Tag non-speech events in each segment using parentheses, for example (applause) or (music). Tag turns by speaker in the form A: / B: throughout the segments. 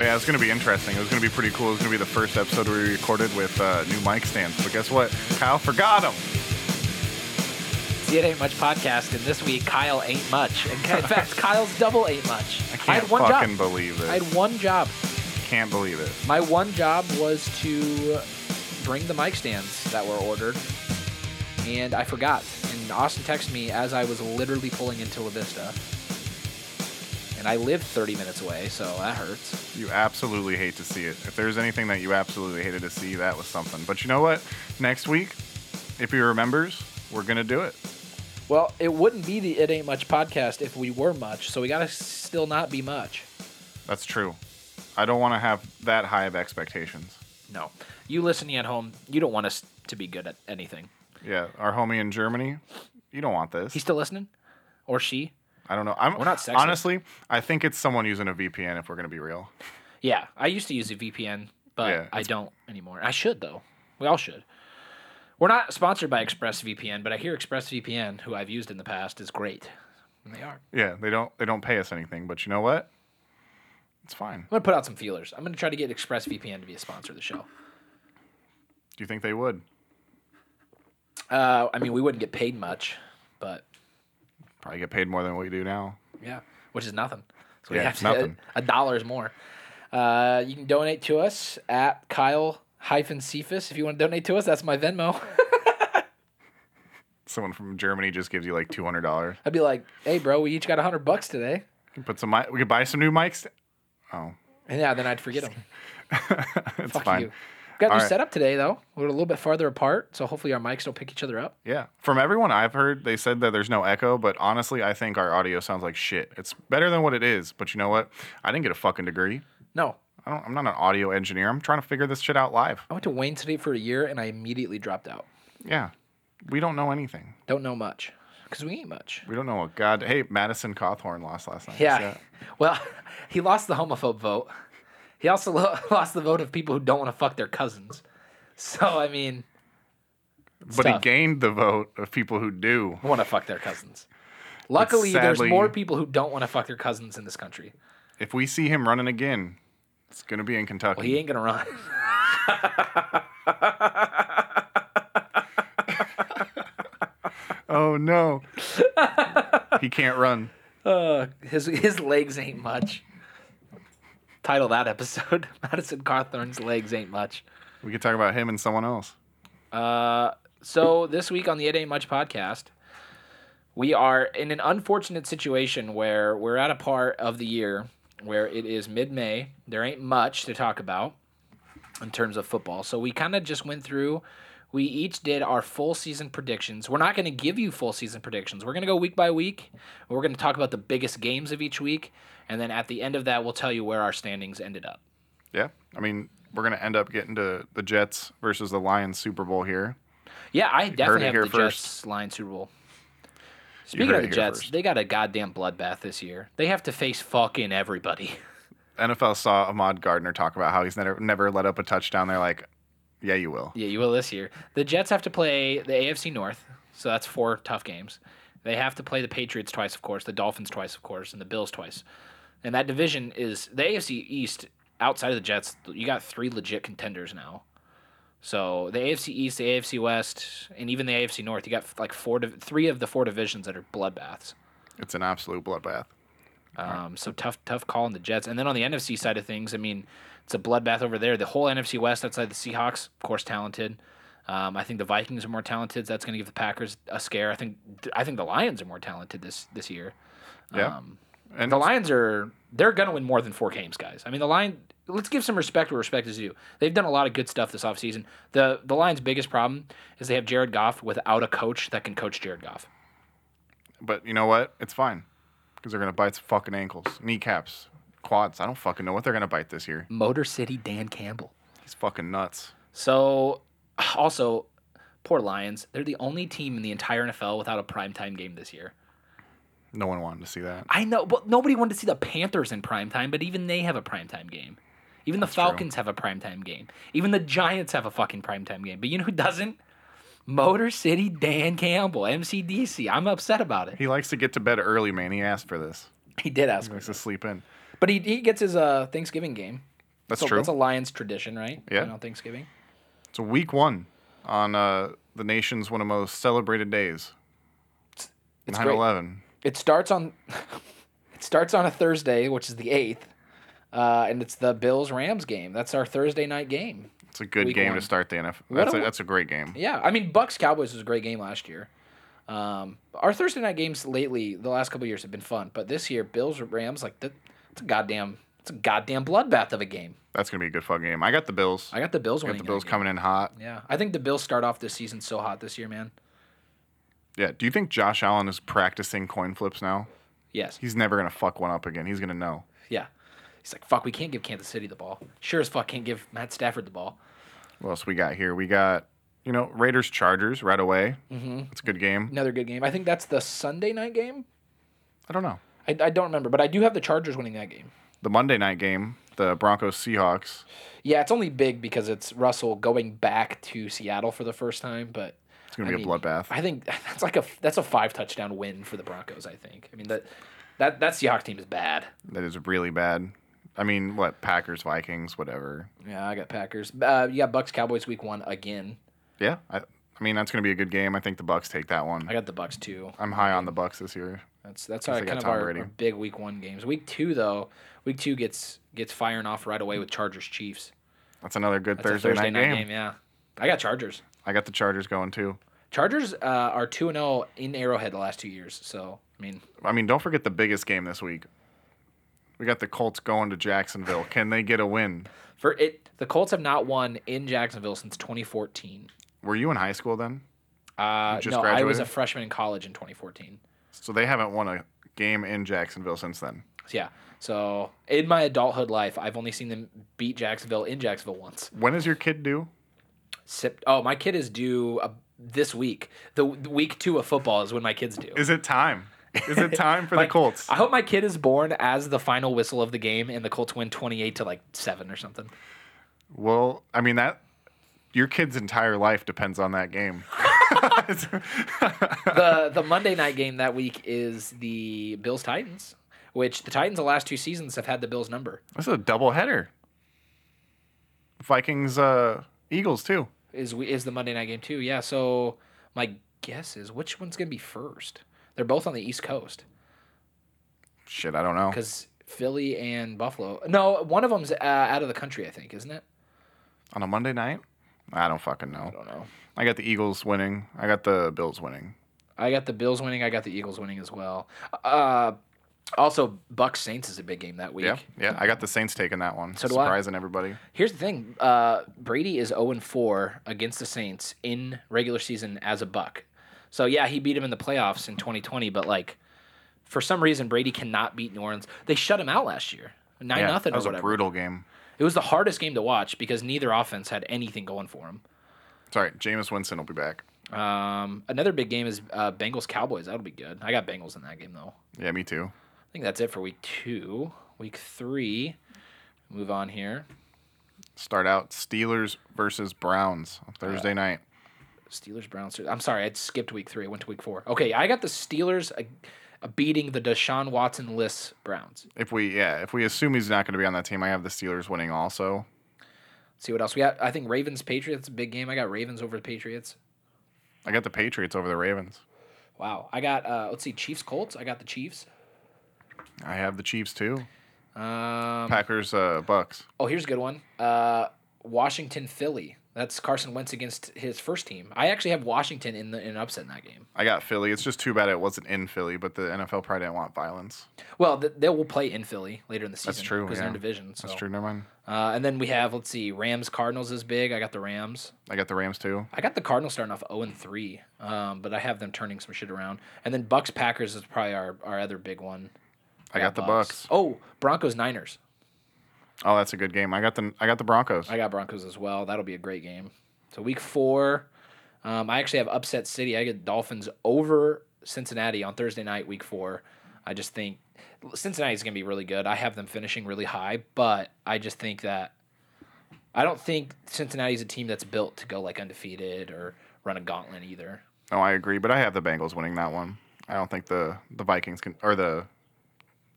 A: yeah, it's gonna be interesting. It was gonna be pretty cool. It was gonna be the first episode we recorded with uh, new mic stands. But guess what? Kyle forgot them.
B: See, it ain't much podcast, and this week Kyle ain't much.
A: (laughs)
B: And in fact, Kyle's double ain't much.
A: I
B: I
A: can't
B: had one
A: fucking
B: job.
A: believe it.
B: I had one job.
A: can't believe it.
B: My one job was to bring the mic stands that were ordered, and I forgot. And Austin texted me as I was literally pulling into La Vista, and I lived 30 minutes away, so that hurts.
A: You absolutely hate to see it. If there's anything that you absolutely hated to see, that was something. But you know what? Next week, if he remembers, we're gonna do it.
B: Well, it wouldn't be the It Ain't Much podcast if we were much, so we gotta still not be much.
A: That's true. I don't want to have that high of expectations.
B: No, you listening at home, you don't want us to be good at anything.
A: Yeah, our homie in Germany, you don't want this.
B: He's still listening, or she?
A: I don't know. I'm,
B: We're not sexist.
A: honestly. I think it's someone using a VPN. If we're gonna be real,
B: Yeah, I used to use a VPN, but
A: Yeah,
B: I
A: it's-
B: don't anymore. I should though. We all should. We're not sponsored by ExpressVPN, but I hear ExpressVPN, who I've used in the past, is great. And they are.
A: yeah, they don't they don't pay us anything. But you know what? It's fine.
B: I'm gonna put out some feelers. I'm gonna try to get ExpressVPN to be a sponsor of the show.
A: Do you think they would?
B: Uh, I mean, we wouldn't get paid much, but
A: Probably get paid more than what we do now.
B: yeah, which is nothing. So
A: Yeah,
B: we have
A: it's
B: to-
A: nothing.
B: A, dollar is more. Uh, you can donate to us at Kyle hyphen Cephas if you want to donate to us. That's my Venmo. (laughs)
A: Someone from Germany just gives you like two hundred dollars.
B: I'd be like, hey, bro, we each got hundred bucks today.
A: Put some. mi- We could buy some new mics. (laughs) Oh,
B: And yeah, then I'd forget them.
A: it's
B: Fuck
A: fine.
B: you. Got a new
A: All right.
B: setup today though. We're a little bit farther apart, so hopefully our mics don't pick each other up.
A: Yeah. From everyone I've heard, they said that there's no echo, but honestly, I think our audio sounds like shit. It's better than what it is, but you know what? I didn't get a fucking degree.
B: No,
A: I don't, I'm not an audio engineer. I'm trying to figure this shit out live.
B: I went to Wayne State for a year and I immediately dropped out.
A: Yeah. We don't know anything.
B: Don't know much because we ain't much.
A: We don't know what God. Hey, Madison Cawthorn lost last night.
B: Yeah.
A: So-
B: Well, (laughs) he lost the homophobe vote. He also lo- (laughs) lost the vote of people who don't want to fuck their cousins. So I mean,
A: but he
B: tough.
A: gained the vote of people who do.
B: want to fuck their cousins. Luckily,
A: sadly-
B: there's more people who don't want to fuck their cousins in this country.
A: If we see him running again, it's going to be in Kentucky.
B: Well, he ain't gonna run. (laughs)
A: oh, (laughs) no. he can't run.
B: Uh, (laughs) his his legs ain't much. Title that episode: (laughs) Madison Cawthorn's legs ain't much.
A: We could talk about him and someone else.
B: Uh, so this week on the It Ain't Much podcast, we are in an unfortunate situation where we're at a part of the year where it is mid-May. There ain't much to talk about in terms of football. So we kind of just went through. We each did our full season predictions. We're not going to give you full season predictions. We're going to go week by week. We're going to talk about the biggest games of each week, and then at the end of that, we'll tell you where our standings ended up.
A: Yeah. I mean, we're going to end up getting to the Jets versus the Lions Super Bowl here.
B: Yeah, I
A: heard it
B: definitely have
A: here
B: the
A: first.
B: Jets line Super Bowl.
A: You
B: Speaking
A: heard
B: of
A: it
B: the
A: here
B: Jets,
A: first.
B: they got a goddamn bloodbath this year. They have to face fucking everybody. (laughs)
A: NFL saw Ahmad Gardner talk about how he's never never let up a touchdown. They're like, yeah, you will.
B: Yeah, you will this year. The Jets have to play the AFC North, so that's four tough games. They have to play the Patriots twice, of course, the Dolphins twice, of course, and the Bills twice. And that division is the AFC East. Outside of the Jets, you got three legit contenders now. So the AFC East, the AFC West, and even the AFC North, you got like four, div- three of the four divisions that are bloodbaths.
A: It's an absolute bloodbath.
B: Um, so tough, tough call on the Jets. And then on the NFC side of things, I mean, it's a bloodbath over there. The whole NFC West outside the Seahawks, of course, talented. Um, I think the Vikings are more talented. So that's going to give the Packers a scare. I think I think the Lions are more talented this this year.
A: Yeah.
B: Um,
A: and
B: The Lions are they're going to win more than four games, guys. I mean, the Lion. Let's give some respect where respect is due. They've done a lot of good stuff this offseason. The the Lions' biggest problem is they have Jared Goff without a coach that can coach Jared Goff.
A: but you know what? It's fine because they're gonna bite some fucking ankles, kneecaps, quads. I don't fucking know what they're gonna bite this year.
B: Motor City Dan Campbell.
A: He's fucking nuts.
B: So, also, poor Lions. They're the only team in the entire NFL without a primetime game this year.
A: No one wanted to see that.
B: I know, but nobody wanted to see the Panthers in primetime, but even they have a primetime game. Even the Falcons have a primetime game. Even the Giants have a fucking primetime game. But you know who doesn't? Motor City Dan Campbell, MCDC. I'm upset about it.
A: He likes to get to bed early, man. He asked for this.
B: He did ask
A: He likes to sleep in.
B: But he, he gets his uh, Thanksgiving game.
A: That's
B: So
A: true.
B: That's a Lions tradition, right?
A: Yeah.
B: You know, Thanksgiving.
A: It's a week one on uh, the nation's one of most celebrated days.
B: It's
A: 9
B: great.
A: 11.
B: It starts on. (laughs) it starts on a Thursday, which is the eighth, uh, and it's the Bills Rams game. That's our Thursday night game.
A: It's a good
B: Week
A: game
B: one.
A: to start the NFL.
B: What
A: That's
B: a
A: a,
B: wo-
A: that's a great game.
B: Yeah, I mean Bucks Cowboys was a great game last year. Um, our Thursday night games lately, the last couple of years have been fun, but this year Bills Rams like that. It's a goddamn. It's a goddamn bloodbath of a game.
A: That's going to be a good fucking game. I got the Bills.
B: I got the Bills
A: I got
B: winning.
A: the
B: that
A: Bills
B: game.
A: coming in hot.
B: Yeah, I think the Bills start off this season so hot this year, man.
A: Yeah. Do you think Josh Allen is practicing coin flips now?
B: Yes.
A: He's never going to fuck one up again. He's going to know.
B: Yeah. He's like, fuck, we can't give Kansas City the ball. Sure as fuck can't give Matt Stafford the ball.
A: What else we got here? We got, you know, Raiders Chargers right away. Mm-hmm. It's a good game.
B: Another good game. I think that's the Sunday night game.
A: I don't know.
B: I, I don't remember, but I do have the Chargers winning that game.
A: The Monday night game, the Broncos Seahawks.
B: Yeah, it's only big because it's Russell going back to Seattle for the first time, but
A: It's going
B: I
A: to be
B: mean,
A: a bloodbath.
B: I think (laughs) that's like a that's a five touchdown win for the Broncos. I think. I mean that that that Seahawks team is bad.
A: that is really bad. I mean, what? Packers, Vikings, whatever.
B: Yeah, I got Packers. Uh, you got Bucks Cowboys week one again.
A: Yeah. I, I mean, that's going to be a good game. I think the Bucks take that one.
B: I got the Bucks too.
A: I'm high on the Bucks this year.
B: That's that's
A: Guess
B: our
A: they got
B: kind of
A: Tom
B: our,
A: Brady.
B: our big week one games. Week two though, week two gets gets firing off right away with Chargers Chiefs.
A: That's another good
B: That's a
A: Thursday, night, game.
B: Yeah, I got Chargers.
A: I got the Chargers going too.
B: Chargers uh, are two and zero in Arrowhead the last two years. So I mean,
A: I mean, don't forget the biggest game this week. We got the Colts going to Jacksonville. Can they get a win?
B: for it, the Colts have not won in Jacksonville since 2014.
A: Were you in high school then?
B: Uh,
A: You just
B: no, I was a
A: graduated?
B: freshman in college in 2014.
A: So they haven't won a game in Jacksonville since then.
B: So, yeah. So in my adulthood life, I've only seen them beat Jacksonville in Jacksonville once.
A: When is your kid due?
B: Sep- oh, my kid is due uh, this week. The, the week two of football is when my kids do.
A: Is it time? Is it time for the
B: Like,
A: Colts?
B: I hope (laughs) my kid is born as the final whistle of the game and the Colts win 28 to like 7
A: (laughs)
B: or something.
A: Well, I mean that your kid's entire life depends on that
B: (laughs)
A: game.
B: The the Monday night game that week is the Bills Titans, which the Titans the last two seasons have had the Bills number.
A: This is a double header. Vikings uh Eagles too.
B: Is we is the Monday night game too. Yeah, so my guess is which one's going to be first? They're both on the East Coast
A: Shit, I don't know.
B: cuz Philly and Buffalo. No, one of them's uh, out of the country, I think, isn't it?
A: On a Monday night? I don't fucking know.
B: I don't know.
A: I got the Eagles winning. I got the Bills winning.
B: I got the Bills winning. I got the Eagles winning as well. Uh, also, Bucks Saints is a big game that week.
A: Yeah. Yeah, I got the Saints taking that one.
B: So do I.
A: Surprising everybody.
B: Here's the thing: uh, Brady is 0 4 against the Saints in regular season as a Buck. So yeah, he beat him in the playoffs in 2020, but like for some reason Brady cannot beat New Orleans. They shut him out last year, nine
A: Yeah,
B: nothing
A: that
B: or
A: was a
B: whatever.
A: brutal game.
B: it was the hardest game to watch because neither offense had anything going for them.
A: Sorry, Jameis Winston will be back.
B: Um, another big game is uh, Bengals Cowboys. That'll be good. I got Bengals in that game though.
A: Yeah, me too.
B: I think that's it for week two. Week three, move on here.
A: Start out Steelers versus Browns on Thursday night.
B: Steelers Browns. I'm sorry, I skipped week three. I went to week four. Okay, I got the Steelers uh, uh, beating the Deshaun Watson list Browns.
A: If we yeah, if we assume he's not going to be on that team, I have the Steelers winning also.
B: Let's see what else we got. I think Ravens Patriots big game. I got Ravens over the Patriots.
A: I got the Patriots over the Ravens.
B: Wow. I got uh, let's see Chiefs Colts. I got the Chiefs.
A: I have the Chiefs too.
B: Um,
A: Packers, uh, Bucks.
B: oh, here's a good one. Uh, Washington Philly. That's Carson Wentz against his first team. I actually have Washington in the in an upset in that game.
A: I got Philly. It's just too bad it wasn't in Philly, but the NFL probably didn't want violence.
B: Well, th- they will play in Philly later in the season.
A: true,
B: because they're in
A: yeah.
B: division. So.
A: That's true. Never mind.
B: Uh, and then we have let's see Rams Cardinals is big. I got the Rams.
A: I got the Rams too.
B: I got the Cardinals starting off 0 and 3, um, but I have them turning some shit around. And then Bucks Packers is probably our, our other big one.
A: I got the Bucks.
B: Oh, Broncos Niners.
A: Oh, that's a good game. I got the I got the Broncos.
B: I got Broncos as well. That'll be a great game. So week four, um, I actually have upset city. I get Dolphins over Cincinnati on Thursday night, week four. I just think Cincinnati's going to be really good. I have them finishing really high, but I just think that I don't think Cincinnati's a team that's built to go like undefeated or run a gauntlet either.
A: No, I agree, but I have the Bengals winning that one. I don't think the the Vikings can or the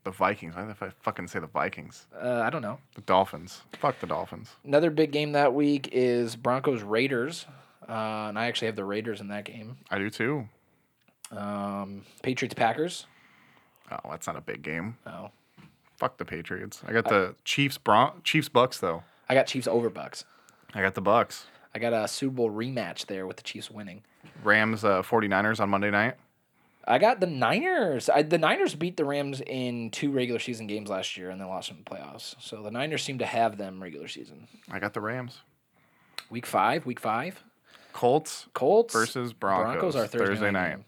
A: The Vikings. Why did I fucking say the Vikings?
B: Uh, I don't know.
A: The Dolphins. Fuck the Dolphins.
B: Another big game that week is Broncos Raiders, uh, and I actually have the Raiders in that game.
A: I do too.
B: Um, Patriots Packers.
A: Oh, that's not a big game.
B: Oh,
A: Fuck the Patriots. I got the Chiefs. Bron- Chiefs Bucks though.
B: I got Chiefs over Bucks.
A: I got the Bucks.
B: I got a Super Bowl rematch there with the Chiefs winning.
A: Rams uh, 49ers on Monday night.
B: I got the Niners. I, the Niners beat the Rams in two regular season games last year, and then lost in the playoffs. So the Niners seem to have them regular season.
A: I got the Rams.
B: Week five, week five.
A: Colts
B: Colts
A: versus Broncos,
B: Broncos are Thursday,
A: Thursday
B: night.
A: night.
B: game.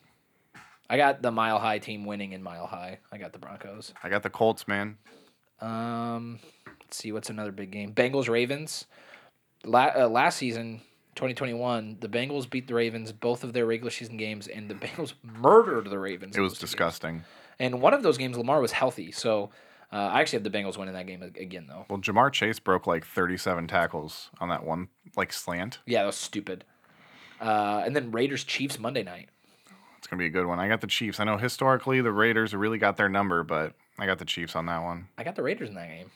B: I got the Mile High team winning in Mile High. I got the Broncos.
A: I got the Colts, man.
B: Um, let's see what's another big game. Bengals Ravens. La- uh, last season, 2021, the Bengals beat the Ravens both of their regular season games, and the (laughs) Bengals murdered the Ravens.
A: It
B: in
A: was
B: those two games.
A: disgusting.
B: And one of those games, Lamar was healthy, so uh, I actually have the Bengals winning that game ag- again, though.
A: Well, Jamar Chase broke like 37 tackles on that one like slant.
B: Yeah, that was stupid. Uh, and then Raiders Chiefs Monday night.
A: It's gonna be a good one. I got the Chiefs. I know historically the Raiders really got their number, but I got the Chiefs on that one.
B: I got the Raiders in that game,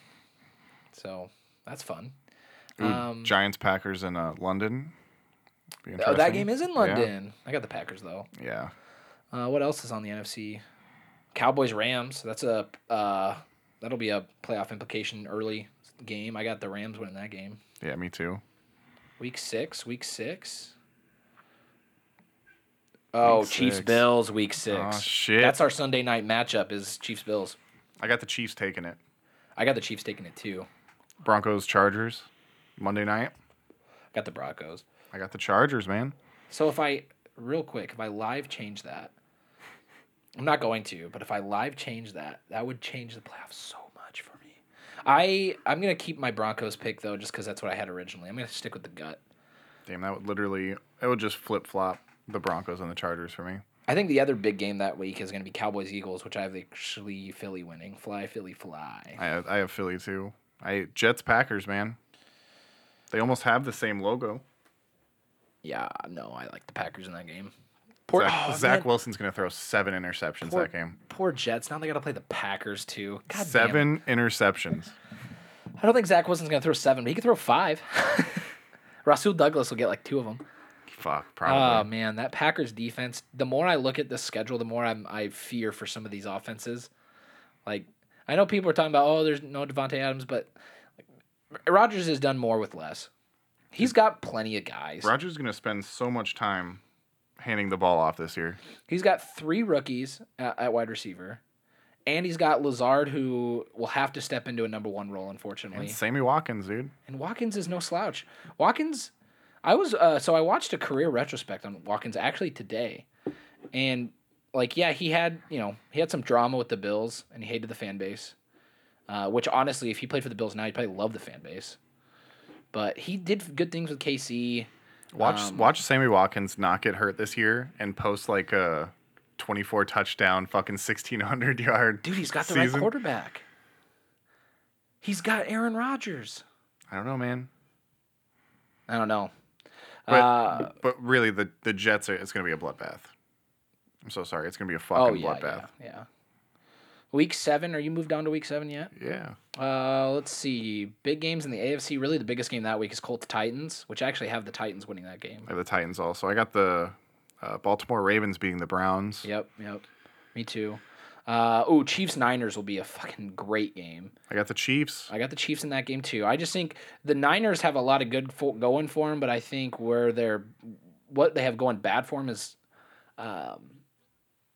B: so that's fun.
A: Ooh,
B: Um,
A: Giants Packers in uh, London. Be
B: Oh, that
A: interesting.
B: game is in London. I got the Packers though.
A: Yeah.
B: Uh, what else is on the NFC? Cowboys Rams. That's a uh, that'll be a playoff implication early game. I got the Rams winning that game.
A: yeah, me too.
B: Week six. Week six. Oh,
A: Week
B: Chiefs
A: six.
B: Bills week six.
A: Aw, shit.
B: That's our Sunday night matchup is Chiefs Bills.
A: I got the Chiefs taking it.
B: I got the Chiefs taking it too.
A: Broncos Chargers Monday night.
B: I got the Broncos.
A: I got the Chargers, man.
B: So if I real quick, if I live change that, I'm not going to, but if I live change that, that would change the playoffs so much for me. I I'm gonna keep my Broncos pick though, just because that's what I had originally. I'm gonna stick with the gut.
A: Damn, that would literally it would just flip flop the Broncos and the Chargers for me.
B: I think the other big game that week is gonna be Cowboys Eagles, which I have actually Philly winning. Fly Philly fly.
A: I have, I have Philly too. I Jets Packers, man. They almost have the same logo.
B: Yeah, no, I like the Packers in that game. Poor
A: Zach,
B: oh,
A: Zach
B: man,
A: Wilson's gonna throw seven interceptions
B: Poor-
A: that game.
B: poor Jets. Now they gotta play the Packers too. God damn it.
A: seven interceptions.
B: I don't think Zach Wilson's gonna throw seven, but he could throw five. (laughs) Rasul Douglas will get like two of them.
A: Fuck,
B: Oh
A: probably.
B: man, that Packers defense. The more I look at the schedule, the more I'm I fear for some of these offenses. Like I know people are talking about, oh, there's no Devonte Adams, but like, Rodgers has done more with less. He's got plenty of guys.
A: Rogers gonna spend so much time handing the ball off this year.
B: He's got three rookies at, at wide receiver, and he's got Lazard, who will have to step into a number one role, unfortunately.
A: And Sammy Watkins, dude.
B: And Watkins is no slouch. Watkins, I was uh, so I watched a career retrospect on Watkins actually today, and like yeah, he had you know he had some drama with the Bills and he hated the fan base, uh, which honestly, if he played for the Bills now, he'd probably love the fan base. But he did good things with KC.
A: Watch
B: Um,
A: watch Sammy Watkins not get hurt this year and post like a 24 touchdown, fucking 1600 (laughs) yard.
B: Dude, he's got the
A: season.
B: right quarterback. He's got Aaron Rodgers.
A: I don't know, man.
B: I don't know.
A: But,
B: uh,
A: but really, the, the Jets are. It's gonna be a bloodbath. I'm so sorry. It's gonna be a fucking
B: oh yeah, yeah,
A: bloodbath.
B: yeah. Week seven. Are you moved on to week seven yet?
A: Yeah.
B: Uh, let's see. Big games in the AFC. Really, the biggest game that week is Colts Titans, which I actually have the Titans winning that game.
A: I have the Titans also. I got the uh, Baltimore Ravens beating the Browns.
B: Yep, yep. Me too. Uh, oh, Chiefs Niners will be a fucking great game.
A: I got the Chiefs.
B: I got the Chiefs in that game too. I just think the Niners have a lot of good fo- going for them, but I think where they're what they have going bad for them is um,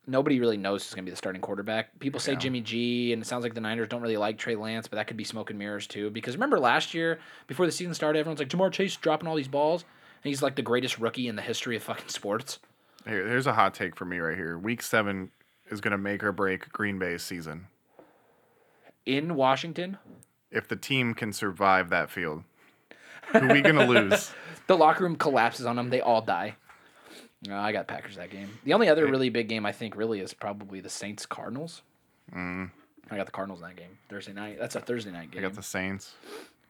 B: nobody really knows who's going to be the starting quarterback. People say Jimmy G, and it sounds like the Niners don't really like Trey Lance, but that could be smoke and mirrors too. Because remember last year before the season started, everyone's like Jamar Chase dropping all these balls, and he's like the greatest rookie in the history of fucking sports.
A: Here, here's a hot take for me right here. Week seven is gonna make or break Green Bay's season.
B: In Washington,
A: If the team can survive that field, who we
B: (laughs)
A: gonna lose?
B: the locker room collapses on them. They all die. No, I got Packers that game. The only other really big game I think really is probably the Saints Cardinals. I got the Cardinals in that game Thursday night. That's a Thursday night
A: Mm. I
B: game.
A: got the Saints.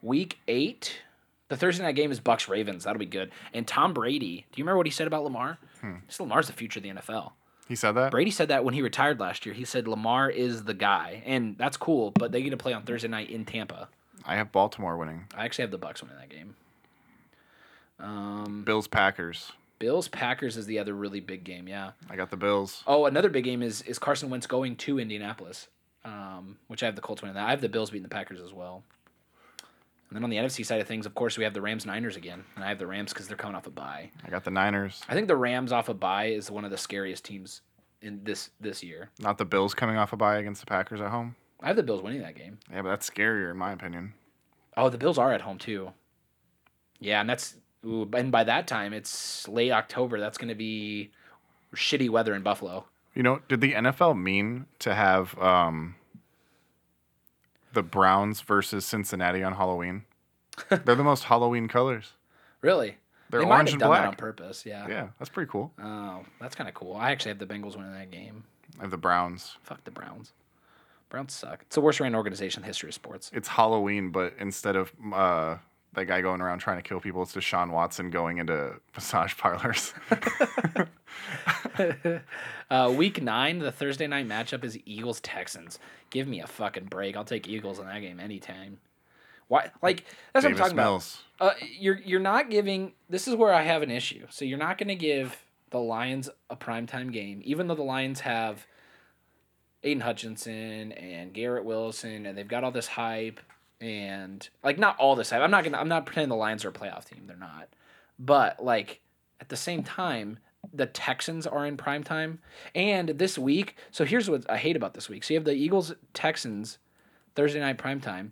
B: Week eight, the Thursday night game is Bucks
A: Hmm.
B: Ravens. That'll be good. And Tom Brady. Do you remember what he said about Lamar? He said Lamar's the future of the NFL.
A: He said that.
B: Brady said that when he retired last year. He said Lamar is the guy, and that's cool. But they get to play on Thursday night in Tampa.
A: I have Baltimore winning.
B: I actually have the Bucks winning that game. Um,
A: Bills Packers.
B: Bills Packers is the other really big game. Yeah.
A: I got the Bills.
B: Oh, another big game is is Carson Wentz going to Indianapolis, um, which I have the Colts winning that. I have the Bills beating the Packers as well. And then on the NFC side of things, of course, we have the Rams Niners again, and I have the Rams because they're coming off a bye.
A: I got the Niners.
B: I think the Rams off a bye is one of the scariest teams in this this year.
A: Not the Bills coming off a bye against the Packers at home.
B: I have the Bills winning that game.
A: Yeah, but that's scarier in my opinion.
B: Oh, the Bills are at home too. Yeah, and that's ooh, and by that time it's late October. That's going to be shitty weather in Buffalo.
A: You know, did the NFL mean to have um, the Browns versus Cincinnati on
B: (laughs)
A: Halloween? They're the most Halloween colors.
B: Really?
A: They're
B: They might
A: orange
B: have
A: and
B: done
A: black.
B: that on purpose. Yeah.
A: Yeah, that's pretty cool.
B: Oh, that's kind of cool. I actually have the Bengals winning that game.
A: I have the Browns.
B: Fuck the Browns. Browns suck. It's the worst ran organization in the history
A: (laughs)
B: of sports.
A: It's Halloween, but instead of uh, that guy going around trying to kill people, it's Deshaun Watson going into (laughs) massage
B: (laughs)
A: parlors.
B: Uh, week nine, the Thursday night matchup is Eagles Texans. Give me a fucking break. I'll take Eagles in that game anytime. Why? Like that's what I'm
A: Davis
B: talking about.
A: Mills.
B: Uh, you're you're not giving. This is where I have an issue. So you're not going to give the Lions a primetime game, even though the Lions have Aiden Hutchinson and Garrett Wilson, and they've got all this hype and like not all this hype. I'm not gonna. I'm not pretending the Lions are a playoff team. They're not. But like at the same time, the Texans are in primetime, and this week. So here's what I hate about this week. So you have the Eagles Texans Thursday night primetime,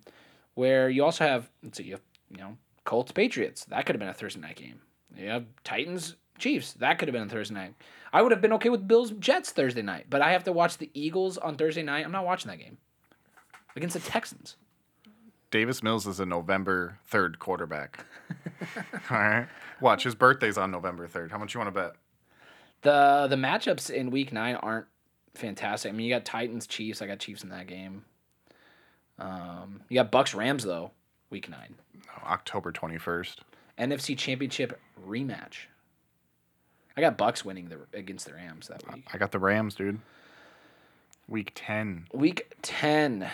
B: where you also have let's see, you have you know Colts Patriots. That could have been a Thursday night game. You have Titans Chiefs. That could have been a Thursday night. I would have been okay with Bills Jets Thursday night, but I have to watch the Eagles on Thursday night. I'm not watching that game against the Texans.
A: Davis Mills is a November 3rd quarterback. (laughs) All right. Watch, his birthday's on November 3rd. How much you want to bet?
B: the The matchups in Week Nine aren't fantastic. I mean, you got Titans Chiefs. I got Chiefs in that game. Um, you got Bucks Rams though. Week Nine
A: No, Oh, October 21st.
B: NFC Championship rematch. I got Bucks winning the against the Rams that week.
A: I got the Rams, dude. Week 10.
B: Week 10.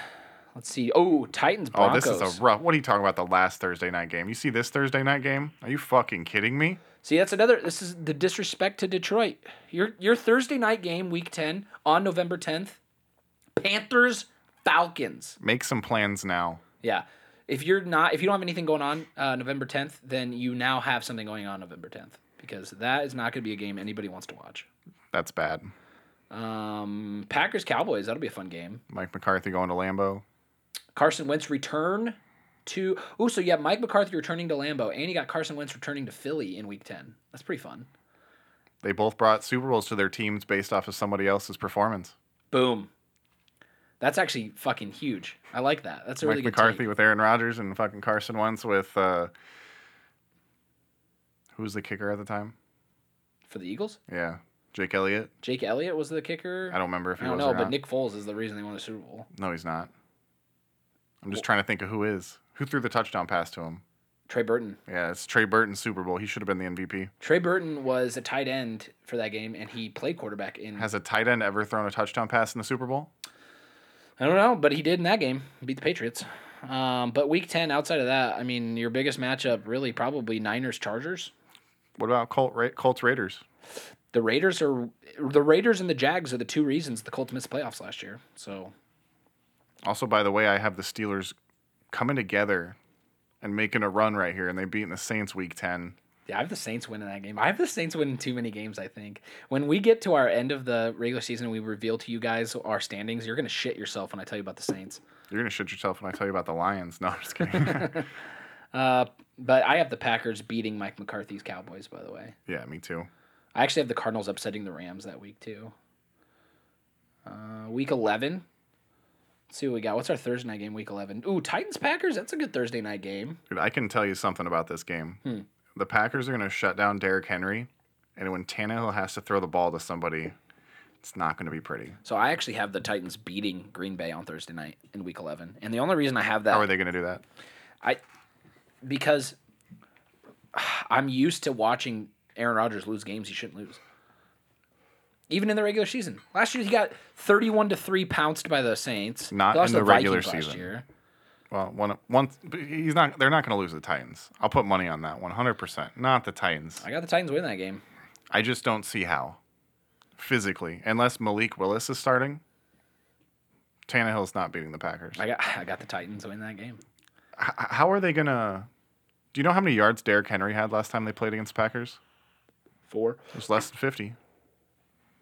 B: Let's see. Oh, Titans
A: Oh,
B: Broncos.
A: this is a rough. What are you talking about? The last Thursday night game. You see this Thursday night game? Are you fucking kidding me?
B: See, that's another this is the disrespect to Detroit. Your your Thursday night game week 10 on November 10th. Panthers Falcons.
A: Make some plans now.
B: Yeah. If you're not if you don't have anything going on uh, November 10th, then you now have something going on November 10th because that is not going to be a game anybody wants to watch.
A: That's bad.
B: Um Packers Cowboys, that'll be a fun game.
A: Mike McCarthy going to Lambeau.
B: Carson Wentz return to oh, so you have Mike McCarthy returning to Lambeau, and you got Carson Wentz returning to Philly in Week Ten. That's pretty fun.
A: They both brought Super Bowls to their teams based off of somebody else's performance.
B: Boom. That's actually fucking huge. I like that. That's a really
A: Mike
B: good
A: McCarthy
B: take.
A: with Aaron Rodgers and fucking Carson Wentz with uh, who was the kicker at the time?
B: for the Eagles.
A: Yeah, Jake Elliott.
B: Jake Elliott was the kicker.
A: I don't remember if he
B: I don't
A: was
B: know,
A: or
B: but
A: not.
B: Nick Foles is the reason they won the Super Bowl.
A: no, he's not. I'm just trying to think of who is who threw the touchdown pass to him.
B: Trey Burton.
A: Yeah, it's Trey Burton Super Bowl. He should have been the MVP.
B: Trey Burton was a tight end for that game, and he played quarterback in.
A: Has a tight end ever thrown a touchdown pass in the Super Bowl?
B: I don't know, but he did in that game. Beat the Patriots. Um, but Week Ten, outside of that, I mean, your biggest matchup really probably Niners Chargers.
A: What about Colt Ra- Colts Raiders?
B: the Raiders are the Raiders and the Jags are the two reasons the Colts missed playoffs last year. So
A: Also, by the way, I have the Steelers coming together and making a run right here, and they beating the Saints Week Ten.
B: yeah, I have the Saints winning that game. I have the Saints winning too many games. I think when we get to our end of the regular season, we reveal to you guys our standings. You're gonna shit yourself when I tell you about the Saints.
A: You're gonna shit yourself when I tell you about the Lions. (laughs) No, I'm just kidding.
B: Uh, but I have the Packers beating Mike McCarthy's Cowboys. By the way,
A: yeah, me too.
B: I actually have the Cardinals upsetting the Rams that week too. Uh, week eleven. Let's see what we got. What's our Thursday night game? Week eleven. Ooh, Titans Packers. That's a good Thursday night game.
A: Dude, I can tell you something about this game. The Packers are gonna shut down Derrick Henry, and when Tannehill has to throw the ball to somebody, it's not gonna be pretty.
B: So I actually have the Titans beating Green Bay on Thursday night in Week 11, and the only reason I have that
A: How are they gonna do that?
B: I because (sighs) I'm used to watching Aaron Rodgers lose games he shouldn't lose. even in the regular season. Last year he got 31 to 3 pounced by the Saints.
A: Not
B: They lost
A: in
B: to
A: the regular
B: Vikings last
A: season.
B: year.
A: Well, one once he's not. They're not going to lose the Titans. I'll put money on that. One hundred percent. Not the Titans.
B: I got the Titans winning that game.
A: I just don't see how physically, unless Malik Willis is starting. Tannehill's not beating the Packers.
B: I got (laughs) I got the Titans winning that game.
A: H- how are they gonna? Do you know how many yards Derrick Henry had last time they played against Packers?
B: 4.
A: It was less than fifty.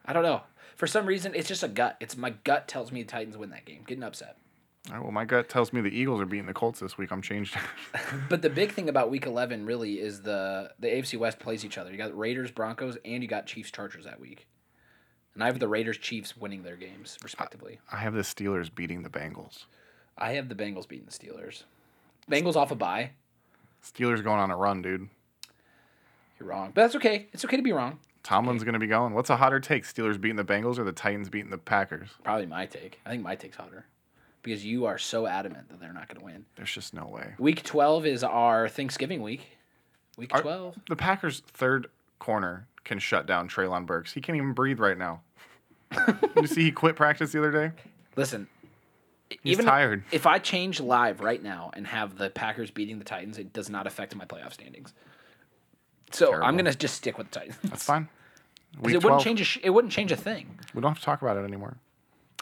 B: I don't know. For some reason it's just a gut. It's my gut tells me the Titans win that game. Getting upset.
A: All right, well, my gut tells me the Eagles are beating the Colts this week. I'm changed. (laughs)
B: But the big thing about Week 11 really is the the AFC West plays each other. You got Raiders, Broncos, and you got Chiefs, Chargers that week. And I have the Raiders, Chiefs winning their games respectively.
A: I have the Steelers beating the Bengals.
B: I have the Bengals beating the Steelers. Bengals off a bye.
A: Steelers going on a run, dude.
B: You're wrong, but that's okay. It's okay to be wrong.
A: Tomlin's gonna be going. What's a hotter take? Steelers beating the Bengals or the Titans beating the Packers?
B: Probably my take. I think my take's hotter because you are so adamant that they're not going to win.
A: There's just no way.
B: Week 12 is our Thanksgiving week. Week
A: Are-
B: 12.
A: The Packers' third corner can shut down Traylon Burks. He can't even breathe right now. (laughs) Did you see he quit practice the other day?
B: Listen, e-
A: He's tired.
B: if I change live right now and have the Packers beating the Titans, it does not affect my playoff standings. So I'm
A: Terrible.
B: going to just stick with the Titans. 'Cause
A: That's fine. Week
B: it
A: 12,
B: wouldn't change a sh- it wouldn't change a thing.
A: we don't have to talk about it anymore.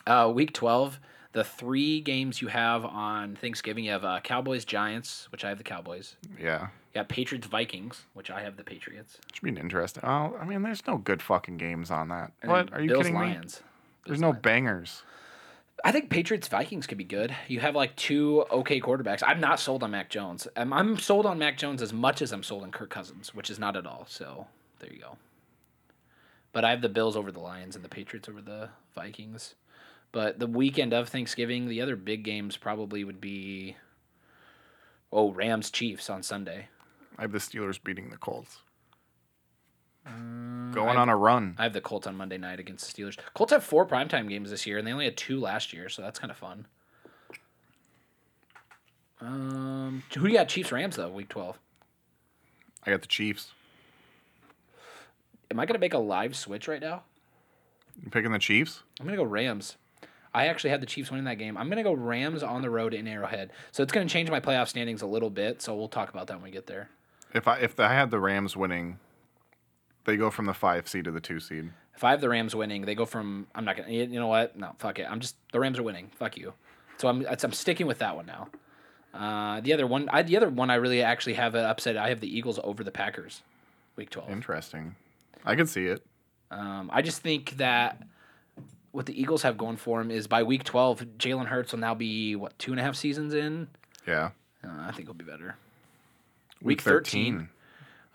B: Uh, week 12, the three games you have on Thanksgiving, you have uh, Cowboys Giants, which I have the Cowboys.
A: Yeah.
B: You got Patriots Vikings, which I have the Patriots.
A: Should be an interesting. Oh, I mean, there's no good fucking games on that.
B: And
A: what?
B: then
A: Are you
B: Bills,
A: kidding me?
B: Lions.
A: There's no bangers.
B: I think Patriots Vikings could be good. You have like two okay quarterbacks. I'm not sold on Mac Jones. I'm, I'm sold on Mac Jones as much as I'm sold on Kirk Cousins, which is not at all. So there you go. But I have the Bills over the Lions and the Patriots over the Vikings. But the weekend of Thanksgiving, the other big games probably would be oh Rams Chiefs on Sunday.
A: I have the Steelers beating the Colts. Going on a run.
B: Mm, I have the Colts on Monday night against the Steelers. Colts have four primetime games this year, and they only had two last year, so that's kind of fun. Um, who do you got? Chiefs Rams though, Week Twelve.
A: I got the Chiefs.
B: Am I gonna make a live switch right now?
A: You picking the Chiefs?
B: I'm gonna go Rams. I actually had the Chiefs winning that game. I'm gonna go Rams on the road in Arrowhead, so it's gonna change my playoff standings a little bit. So we'll talk about that when we get there.
A: If I if I had the Rams winning, they go from the five seed to the two seed.
B: If I have the Rams winning, they go from I'm not gonna. You know what? No, fuck it. I'm just the Rams are winning. Fuck you. So I'm that's- I'm sticking with that one now. Uh, the other one, I, the other one, I really actually have an upset. I have the Eagles over the Packers, Week 12.
A: Interesting. I could see it.
B: Um, I just think that what the Eagles have going for him is by Week 12, Jalen Hurts will now be what two and a half seasons in.
A: Yeah.
B: Uh, I think he'll be better. Week 13.
A: 13.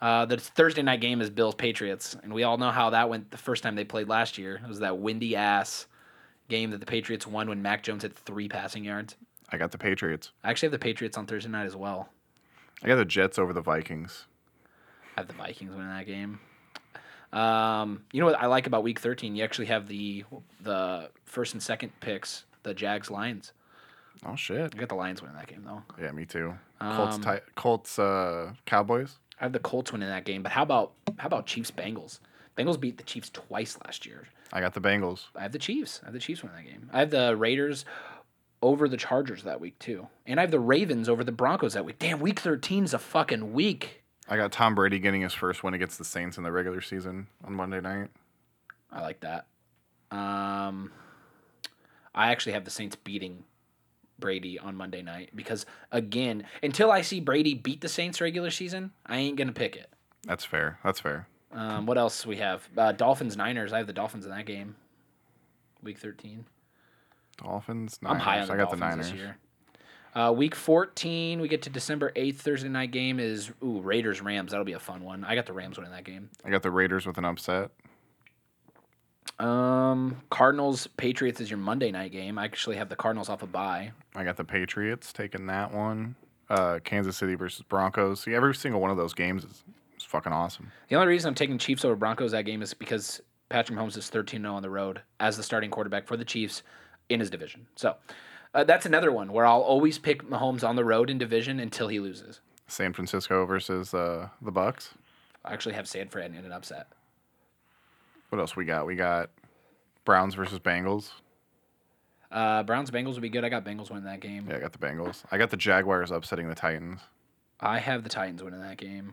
B: Uh, the Thursday night game is Bills Patriots, and we all know how that went the first time they played last year. It was that windy ass game that the Patriots won when Mac Jones had three passing yards.
A: I got the Patriots.
B: I actually have the Patriots on Thursday night as well.
A: I got the Jets over the Vikings.
B: I have the Vikings winning that game. Um, you know what I like about Week 13? You actually have the the first and second picks, the Jags Lions.
A: Oh shit.
B: I got the Lions winning that game though.
A: Yeah, me too.
B: Um,
A: Colts, ti- Colts, uh, Cowboys.
B: I have the Colts winning that game, but how about how about Chiefs Bengals? Bengals beat the Chiefs twice last year.
A: I got the Bengals.
B: I have the Chiefs. I have the Chiefs winning that game. I have the Raiders over the Chargers that week too, and I have the Ravens over the Broncos that week. Damn, Week 13's a fucking week.
A: I got Tom Brady getting his first win against the Saints in the regular season on Monday night.
B: I like that. Um, I actually have the Saints beating Brady on Monday night because again, until I see Brady beat the Saints regular season, I ain't gonna pick it.
A: That's fair. That's fair.
B: Um, what else we have? Uh, Dolphins Niners. I have the Dolphins in that game. Week 13.
A: Dolphins.
B: I'm high
A: Niners.
B: on the
A: I got
B: Dolphins
A: the Niners.
B: this year. Uh, week 14, we get to December 8th, Thursday night game is ooh Raiders Rams. That'll be a fun one. I got the Rams winning that game.
A: I got the Raiders with an upset.
B: Um, Cardinals Patriots is your Monday night game. I actually have the Cardinals off a bye.
A: I got the Patriots taking that one. Uh, Kansas City versus Broncos. See, every single one of those games is, is fucking awesome.
B: The only reason I'm taking Chiefs over Broncos that game is because Patrick Mahomes is 13 0 on the road as the starting quarterback for the Chiefs in his division. So uh, that's another one where I'll always pick Mahomes on the road in division until he loses.
A: San Francisco versus uh, the Bucks.
B: I actually have San Fran in an upset.
A: What else we got? We got Browns versus Bengals.
B: Uh, Browns Bengals would be good. I got Bengals winning that game.
A: Yeah, I got the Bengals. I got the Jaguars upsetting the Titans.
B: I have the Titans winning that game.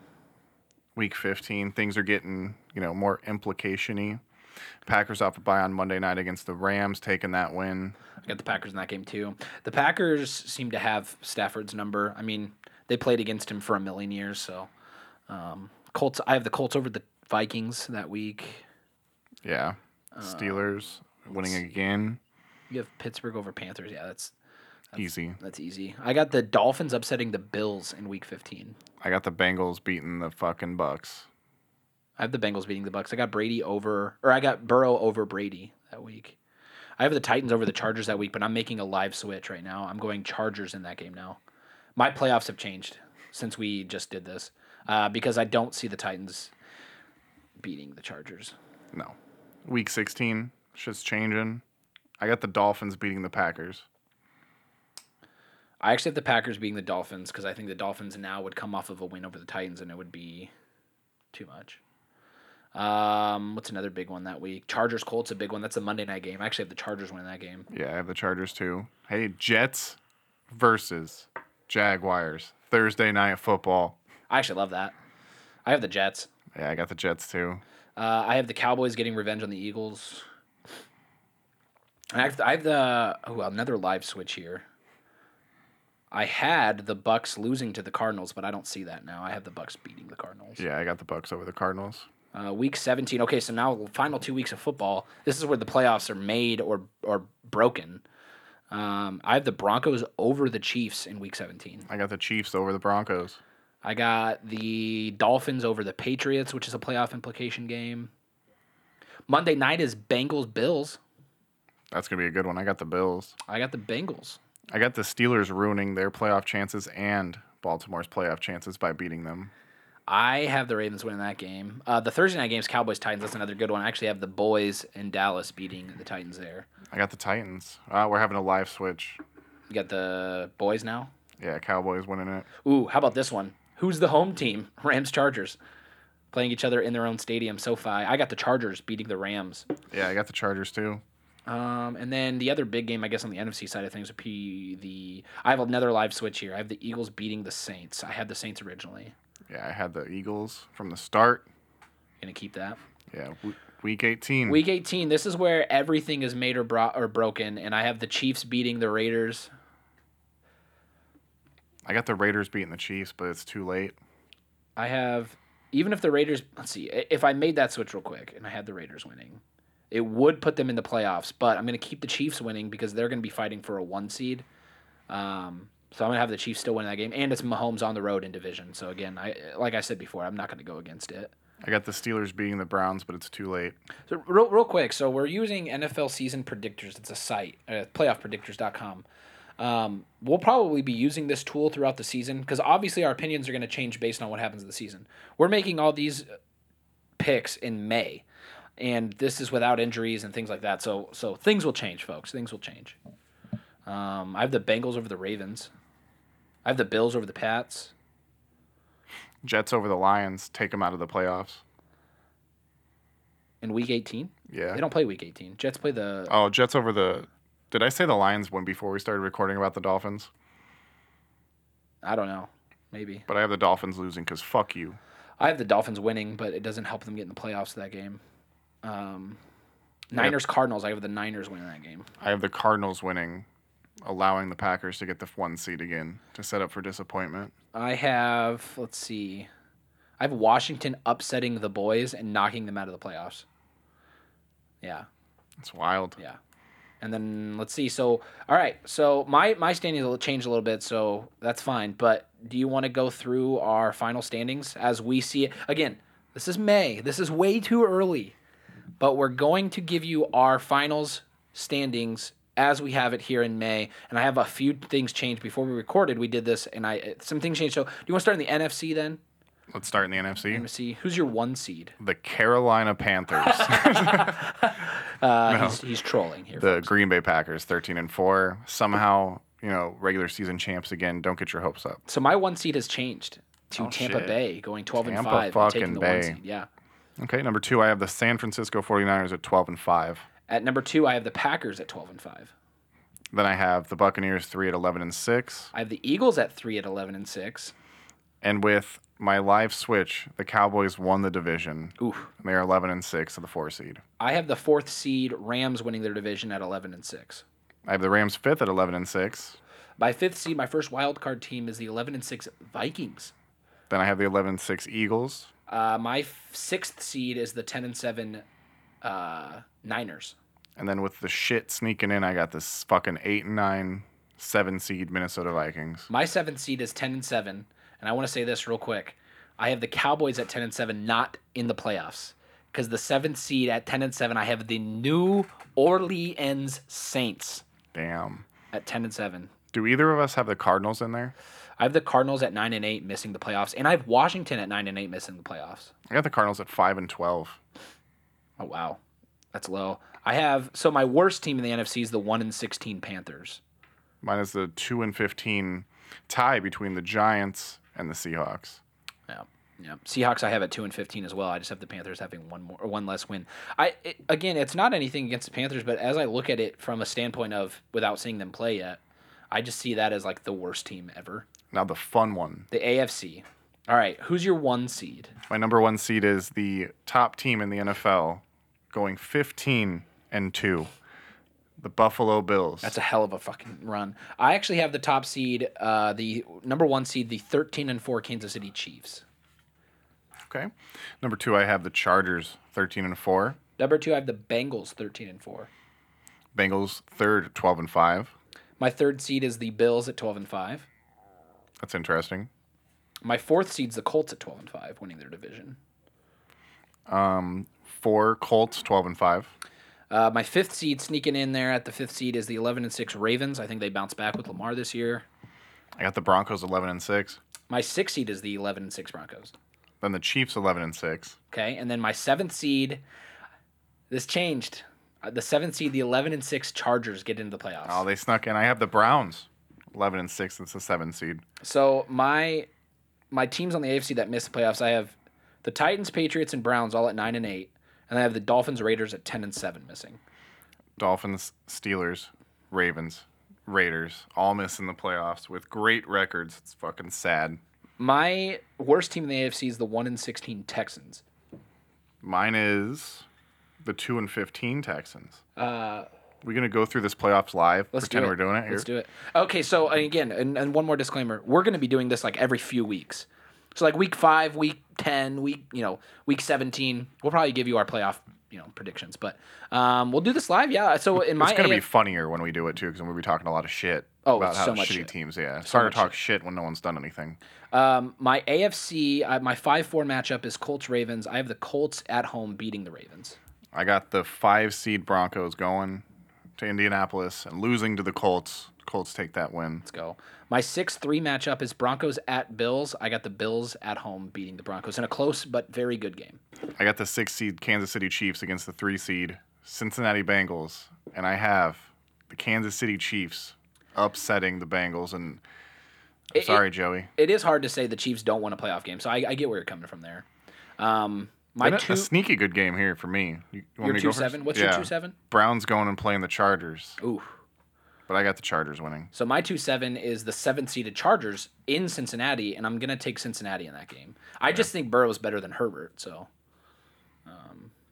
A: Week 15, things are getting, you know, more implication-y. Packers off a bye on Monday night against the Rams, taking that win.
B: I got the Packers in that game too. The Packers seem to have Stafford's number. I mean, they played against him for a million years. So, um, Colts. I have the Colts over the Vikings that week.
A: Yeah. Steelers winning again.
B: You have Pittsburgh over Panthers. Yeah, that's
A: Easy.
B: that's easy. I got the Dolphins upsetting the Bills in Week 15.
A: I got the Bengals beating the fucking Bucks.
B: I have the Bengals beating the Bucks. I got Brady over, or I got Burrow over Brady that week. I have the Titans over the Chargers that week, but I'm making a live switch right now. I'm going Chargers in that game now. My playoffs have changed since we just did this uh, because I don't see the Titans beating the Chargers.
A: No. Week 16, shit's changing. I got the Dolphins beating the Packers.
B: I actually have the Packers beating the Dolphins because I think the Dolphins now would come off of a win over the Titans and it would be too much. Um, what's another big one that week? Chargers Colts a big one. That's a Monday night game. I actually have the Chargers winning that game.
A: Yeah, I have the Chargers too. Hey, Jets versus Jaguars. Thursday night football.
B: I actually love that. I have the Jets.
A: Yeah, I got the Jets too.
B: Uh, I have the Cowboys getting revenge on the Eagles. And I have the, I have the oh another live switch here. I had the Bucks losing to the Cardinals, but I don't see that now. I have the Bucks beating the Cardinals.
A: Yeah, I got the Bucks over the Cardinals.
B: Uh, week 17. Okay, so now the final two weeks of football. This is where the playoffs are made or or broken. Um, I have the Broncos over the Chiefs in week 17.
A: I got the Chiefs over the Broncos.
B: I got the Dolphins over the Patriots, which is a playoff implication game. Monday night is Bengals Bills.
A: That's going to be a good one. I got the Bills.
B: I got the Bengals.
A: I got the Steelers ruining their playoff chances and Baltimore's playoff chances by beating them.
B: I have the Ravens winning that game. Uh, the Thursday night games, Cowboys Titans. That's another good one. I actually have the boys in Dallas beating the Titans there.
A: I got the Titans. Uh, we're having a live switch.
B: You got the boys now.
A: Yeah, Cowboys winning it.
B: Ooh, how about this one? Who's the home team? (laughs) Rams Chargers. Playing each other in their own stadium, SoFi. I got the Chargers beating the Rams.
A: Yeah, I got the Chargers too.
B: Um, and then the other big game, I guess, on the NFC side of things would be the. I have another live switch here. I have the Eagles beating the Saints. I had the Saints originally.
A: Yeah, I had the Eagles from the start.
B: Gonna keep that.
A: Yeah, w- week 18.
B: Week 18. This is where everything is made or brought or broken, and I have the Chiefs beating the Raiders.
A: I got the Raiders beating the Chiefs, but it's too late.
B: I have even if the Raiders let's see, i- if I made that switch real quick and I had the Raiders winning, it would put them in the playoffs, but I'm gonna keep the Chiefs winning because they're gonna be fighting for a one seed. Um so I'm gonna have the Chiefs still win that game, and it's Mahomes on the road in division. So again, I like I said before, I'm not gonna go against it.
A: I got the Steelers beating the Browns, but it's too late.
B: So real, real quick, so we're using NFL season predictors. It's a site, uh, playoffpredictors.com. Um, we'll probably be using this tool throughout the season because obviously our opinions are going to change based on what happens in the season. We're making all these uh, picks in May, and this is without injuries and things like that. So so things will change, folks. Things will change. Um, I have the Bengals over the Ravens. I have the Bills over the Pats.
A: Jets over the Lions, take them out of the playoffs.
B: In week 18,
A: Yeah.
B: they don't play week 18. Jets play the
A: Oh, Jets over the. Did I say the Lions won before we started recording about the Dolphins?
B: I don't know, maybe.
A: But I have the Dolphins losing because fuck you.
B: I have the Dolphins winning, but it doesn't help them get in the playoffs that game. Um, Niners Cardinals. I have the Niners winning that game.
A: I have the Cardinals winning, allowing the Packers to get the one seed again to set up for disappointment.
B: I have let's see, I have Washington upsetting the boys and knocking them out of the playoffs. Yeah,
A: It's wild.
B: yeah. And then let's see. So all right, so my my standings will change a little bit, so that's fine. But do you want to go through our final standings as we see it? Again, this is May. This is way too early. but we're going to give you our finals standings as we have it here in May. And I have a few things changed before we recorded. We did this, and I some things changed. So, do you want to start in the NFC then?
A: Let's start in the NFC.
B: Let me see. Who's your one seed?
A: The Carolina Panthers,
B: (laughs) Uh, he's, he's trolling here.
A: the Green Bay Packers, 13 and 4. Somehow, you know, regular season champs again. Don't get your hopes up.
B: so my one seed has changed to Tampa
A: Oh, shit.
B: Bay, going twelve
A: Tampa
B: and five, and taking
A: fucking
B: the
A: Bay.
B: one seed. Yeah.
A: Okay, number two, I have the San Francisco 49ers at 12 and 5.
B: At number two, I have the Packers at 12 and 5.
A: Then I have the Buccaneers 3 at 11 and 6.
B: I have the Eagles at 3 at 11 and 6.
A: And with my live switch, the Cowboys won the division.
B: Ooh.
A: And they are 11 and 6 of the four seed.
B: I have the fourth seed Rams winning their division at 11 and 6.
A: I have the Rams fifth at 11 and 6.
B: My fifth seed, my first wild card team is the 11 and 6 Vikings.
A: Then I have the 11 and 6 Eagles.
B: Uh, my f- sixth seed is the 10 and 7 uh, Niners.
A: And then with the shit sneaking in, I got this fucking 8 and 9, 7 seed Minnesota Vikings.
B: My seventh seed is 10 and 7. And I want to say this real quick. I have the Cowboys at 10 and 7 not in the playoffs because the seventh seed at 10 and 7, I have the New Orleans Saints
A: Damn.
B: at 10 and 7.
A: Do either of us have the Cardinals in there?
B: I have the Cardinals at 9 and 8 missing the playoffs. And I have Washington at 9 and 8 missing the playoffs.
A: I got the Cardinals at 5 and 12.
B: Oh, wow. That's low. I have, so my worst team in the NFC is the 1 and 16 Panthers.
A: Mine is the 2 and 15 tie between the Giants and the Seahawks.
B: Yeah. Yeah. Seahawks I have at 2 and 15 as well. I just have the Panthers having one more or one less win. I it, again, it's not anything against the Panthers, but as I look at it from a standpoint of without seeing them play yet, I just see that as like the worst team ever.
A: Now the fun one.
B: The AFC. All right, who's your one seed?
A: My number one seed is the top team in the NFL, going 15 and 2. The Buffalo Bills.
B: That's a hell of a fucking run. I actually have the top seed, uh, the number one seed, the 13 and 4 Kansas City Chiefs.
A: okay. Number two, I have the Chargers, 13 and 4.
B: Number two, I have the Bengals 13 and 4.
A: Bengals, third, 12 and 5.
B: My third seed is the Bills at 12 and 5.
A: That's interesting.
B: My fourth seed's the Colts at 12 and 5, winning their division.
A: Four, Colts, 12 and 5.
B: Uh, my fifth seed sneaking in there at the fifth seed is the 11 and 6 Ravens. I think they bounce back with Lamar this year.
A: I got the Broncos, 11 and 6.
B: My sixth seed is the 11 and 6 Broncos.
A: Then the Chiefs, 11 and 6.
B: Okay. And then my seventh seed, this changed. Uh, The seventh seed, the 11 and 6 Chargers get into the playoffs.
A: Oh, they snuck in. I have the Browns, 11 and 6. That's the seven seed.
B: So my my teams on the AFC that missed the playoffs, I have the Titans, Patriots, and Browns all at 9 and 8. And I have the Dolphins, Raiders at 10 and 7 missing.
A: Dolphins, Steelers, Ravens, Raiders, all missing the playoffs with great records. It's fucking sad.
B: My worst team in the AFC is the 1 and 16 Texans.
A: Mine is the 2 and 15 Texans. Uh, We're going to go through this playoffs live.
B: Let's
A: pretend
B: do it.
A: we're doing it here.
B: Let's do it. Okay, so and again, and, and one more disclaimer: we're going to be doing this like every few weeks. So like week five, week ten, week you know week seventeen, we'll probably give you our playoff you know predictions, but um, we'll do this live. Yeah. So in my
A: It's going to be
B: AF
A: funnier when we do it, too, because we'll be talking a lot of shit
B: Oh,
A: about how
B: so much
A: shitty
B: shit.
A: teams. Yeah. Starting
B: much
A: to talk shit. when no one's done anything.
B: um, my AFC, uh, my five four matchup is Colts Ravens. I have the Colts at home beating the Ravens.
A: I got the five seed Broncos going to Indianapolis and losing to the Colts. Colts take that win.
B: Let's go. My six three matchup is Broncos at Bills. I got the Bills at home beating the Broncos in a close but very good game.
A: I got the six seed Kansas City Chiefs against the three seed Cincinnati Bengals, and I have the Kansas City Chiefs upsetting the Bengals. And I'm
B: it-
A: sorry, Joey,
B: it is hard to say the Chiefs don't want a playoff game, so I, I get where you're coming from there. Um, my
A: Been a-
B: two,
A: a sneaky good game here for me. You, you want
B: your
A: me to
B: two
A: go first?
B: seven. What's
A: Yeah.
B: your two seven?
A: Browns going and playing the Chargers,
B: Ooh,
A: but I got the Chargers winning.
B: so my two seven is the seventh seeded Chargers in Cincinnati, and I'm gonna take Cincinnati in that game. I just think Burrow's better than Herbert, so um,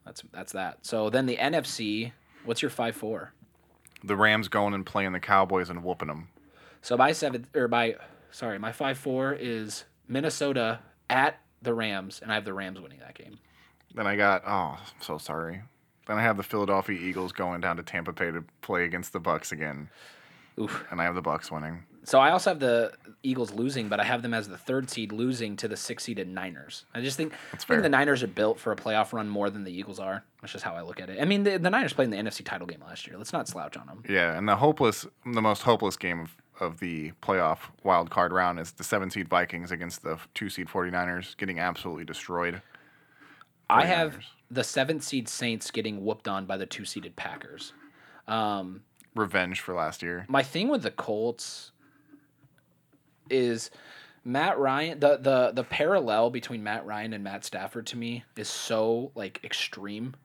B: that's that's that. So then the NFC. What's your five four?
A: The Rams going and playing the Cowboys and whooping them.
B: So my seven or my sorry, my five four is Minnesota at the Rams, and I have the Rams winning that game.
A: Then I got oh, I'm so sorry. Then I have the Philadelphia Eagles going down to Tampa Bay to play against the Bucks again,
B: Oof.
A: and I have the Bucks winning.
B: So I also have the Eagles losing, but I have them as the third seed losing to the six seeded Niners. I just think, I
A: fair.
B: think the Niners are built for a playoff run more than the Eagles are. That's just how I look at it. I mean, the, the Niners played in the NFC title game last year. Let's not slouch on them.
A: Yeah, and the hopeless, the most hopeless game of, of the playoff wild card round is the seven seed Vikings against the two seed 49ers getting absolutely destroyed.
B: I have
A: 49ers.
B: the seventh seed Saints getting whooped on by the two seeded Packers.
A: Revenge for last year.
B: My thing with the Colts is Matt Ryan, the the the parallel between Matt Ryan and Matt Stafford to me is so like extreme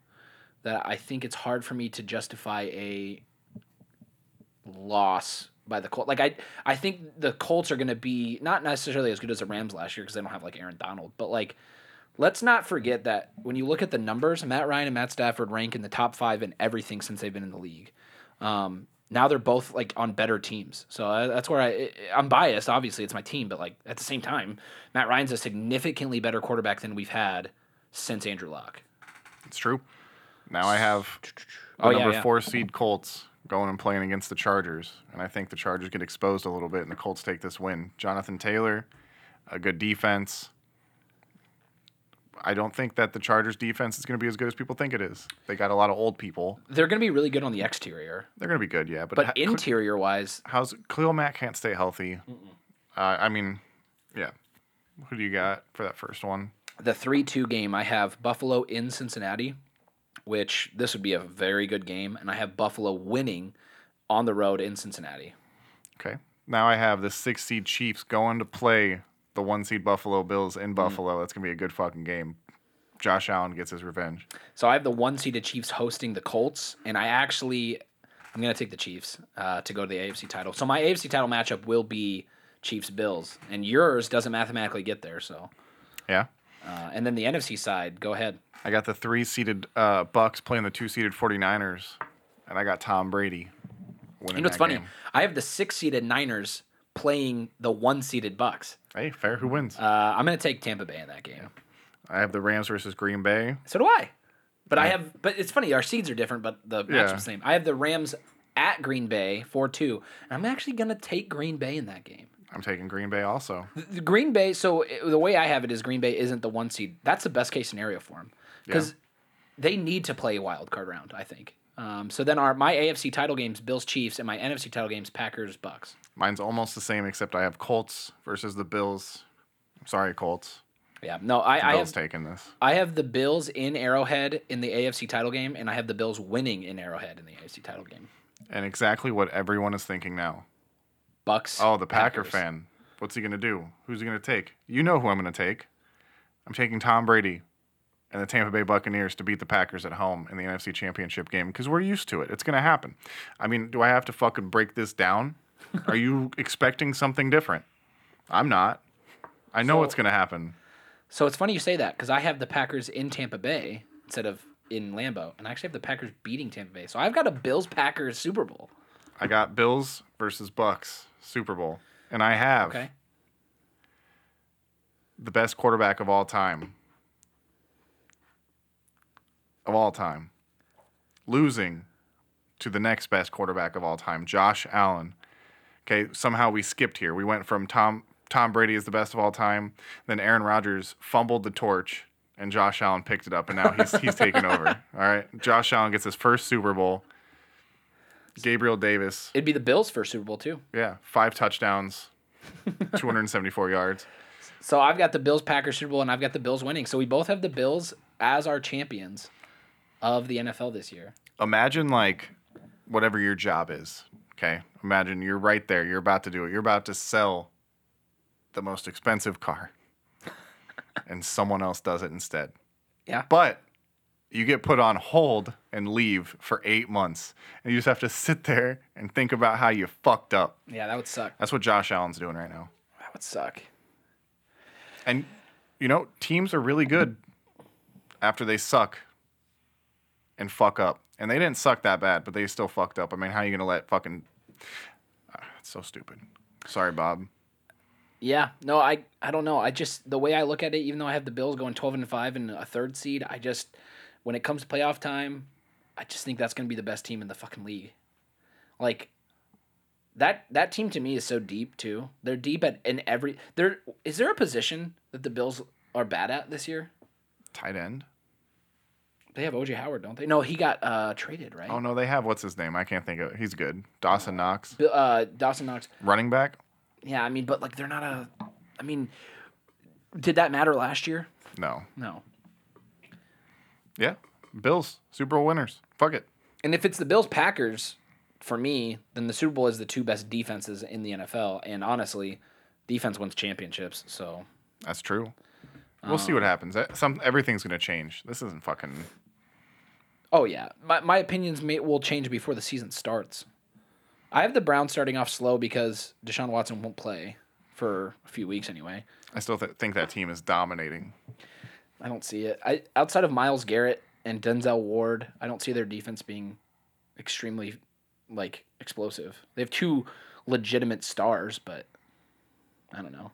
B: that I think it's hard for me to justify a loss by the Colts. Like I I think the Colts are going to be not necessarily as good as the Rams last year because they don't have like Aaron Donald, but like let's not forget that when you look at the numbers, Matt Ryan and Matt Stafford rank in the top 5 in everything since they've been in the league. Um now they're both like on better teams. So I, that's where I I'm biased. Obviously, it's my team, but like at the same time, Matt Ryan's a significantly better quarterback than we've had since Andrew Luck.
A: It's true. Now I have the
B: Oh, yeah,
A: number
B: yeah.
A: four seed Colts going and playing against the Chargers, and I think the Chargers get exposed a little bit, and the Colts take this win. Jonathan Taylor, a good defense. I don't think that the Chargers defense is going to be as good as people think it is. They got a lot of old people.
B: They're going to be really good on the exterior,
A: They're going to be good, yeah, but,
B: but
A: ha-
B: interior wise,
A: how's Cleo Mack can't stay healthy. Uh, I mean, yeah. Who do you got for that first one?
B: the 3-2 game, I have Buffalo in Cincinnati, which this would be a very good game, and I have Buffalo winning on the road in Cincinnati.
A: Okay. Now I have the six seed Chiefs going to play the one seed Buffalo Bills
B: Mm.
A: in Buffalo. That's gonna be a good fucking game. Josh Allen gets his revenge.
B: So I have the one seeded Chiefs hosting the Colts, and I actually I'm gonna take the Chiefs uh, to go to the AFC title. So my AFC title matchup will be Chiefs Bills, and yours doesn't mathematically get there. So
A: Yeah.
B: uh, and then the NFC side, go ahead.
A: I got the three seeded uh, Bucks playing the two seeded 49ers, and I got Tom Brady. Winning
B: You know it's
A: that
B: funny.
A: game.
B: I have the six seeded Niners playing the one seeded Bucks.
A: Hey, fair. Who wins?
B: Uh, I'm gonna take Tampa Bay in that game.
A: I have the Rams versus Green Bay.
B: So do I. But I have. But it's funny. Our seeds are different, but the
A: Yeah.
B: matchup's the same. I have the Rams at Green Bay four two, and I'm actually gonna take Green Bay in that game.
A: I'm taking Green Bay also.
B: The Green Bay. So it- the way I have it is Green Bay isn't the one seed. That's the best case scenario for them because they need to play a wild card round. I think. Um, so then our my AFC title games Bills Chiefs and my NFC title games Packers Bucks.
A: Mine's almost the same, except I have Colts versus the Bills. I'm sorry, Colts.
B: Yeah. No, I, I
A: Bills
B: have
A: taking this.
B: I have the Bills in Arrowhead in the AFC title game, and I have the Bills winning in Arrowhead in the AFC title game.
A: And exactly what everyone is thinking now.
B: Bucks.
A: Oh, the Packer
B: Packers.
A: fan. What's he going to do? Who's he going to take? You know who I'm going to take. I'm taking Tom Brady and the Tampa Bay Buccaneers to beat the Packers at home in the NFC Championship game because we're used to it. It's going to happen. I mean, do I have to fucking break this down? Are you (laughs) expecting something different? I'm not. I know
B: So-
A: what's going to happen.
B: So it's funny you say that because I have the Packers in Tampa Bay instead of in Lambeau, and I actually have the Packers beating Tampa Bay. So I've got a Bills Packers Super Bowl.
A: I got Bills versus Bucks Super Bowl, and I have
B: Okay.
A: the best quarterback of all time. Of all time. Losing to the next best quarterback of all time, Josh Allen. Okay, somehow we skipped here. We went from Tom Tom Brady is the best of all time, then Aaron Rodgers fumbled the torch and Josh Allen picked it up and now he's he's taken over. All right. Josh Allen gets his first Super Bowl. Gabriel Davis,
B: It'd be the Bills first Super Bowl too.
A: yeah, five touchdowns, (laughs) 274 yards.
B: So I've got the Bills Packers Super Bowl, and I've got the Bills winning. So we both have the Bills as our champions of the NFL this year.
A: imagine like whatever your job is. Okay. Imagine you're right there. You're about to do it. You're about to sell the most expensive (laughs) car and someone else does it instead.
B: Yeah.
A: But you get put on hold and leave for eight months. And you just have to sit there and think about how you fucked up.
B: Yeah, that would suck.
A: That's what Josh Allen's doing right now.
B: That would suck.
A: And, you know, teams are really good after they suck and fuck up. And they didn't suck that bad, but they still fucked up. I mean, how you going to let fucking. Ah, It's so stupid. Sorry, Bob.
B: Yeah, no, I I don't know. I just the way I look at it, even though I have the Bills going twelve and five and a third seed, I just when it comes to playoff time, I just think that's going to be the best team in the fucking league. Like that that team to me is so deep too. They're deep at in every. There is there a position that the Bills are bad at this year?
A: Tight end.
B: They have OJ Howard, don't they? No, he got uh, traded, right?
A: Oh, no, they have what's his name? I can't think of it. He's good. Dawson Knox.
B: Bill, uh, Dawson Knox.
A: Running back?
B: Yeah, I mean, but like they're not a. I mean, did that matter last year?
A: No.
B: No.
A: Yeah. Bills, Super Bowl winners. Fuck it.
B: And if it's the Bills Packers, for me, then the Super Bowl is the two best defenses in the NFL. And honestly, defense wins championships. So
A: That's true. We'll see what happens. That- Some everything's gonna change. This isn't fucking.
B: Oh yeah, my my opinions may, will change before the season starts. I have the Browns starting off slow because Deshaun Watson won't play for a few weeks anyway.
A: I still th- think that team is dominating.
B: I don't see it. I outside of Miles Garrett and Denzel Ward, I don't see their defense being extremely like explosive. They have two legitimate stars, but I don't know.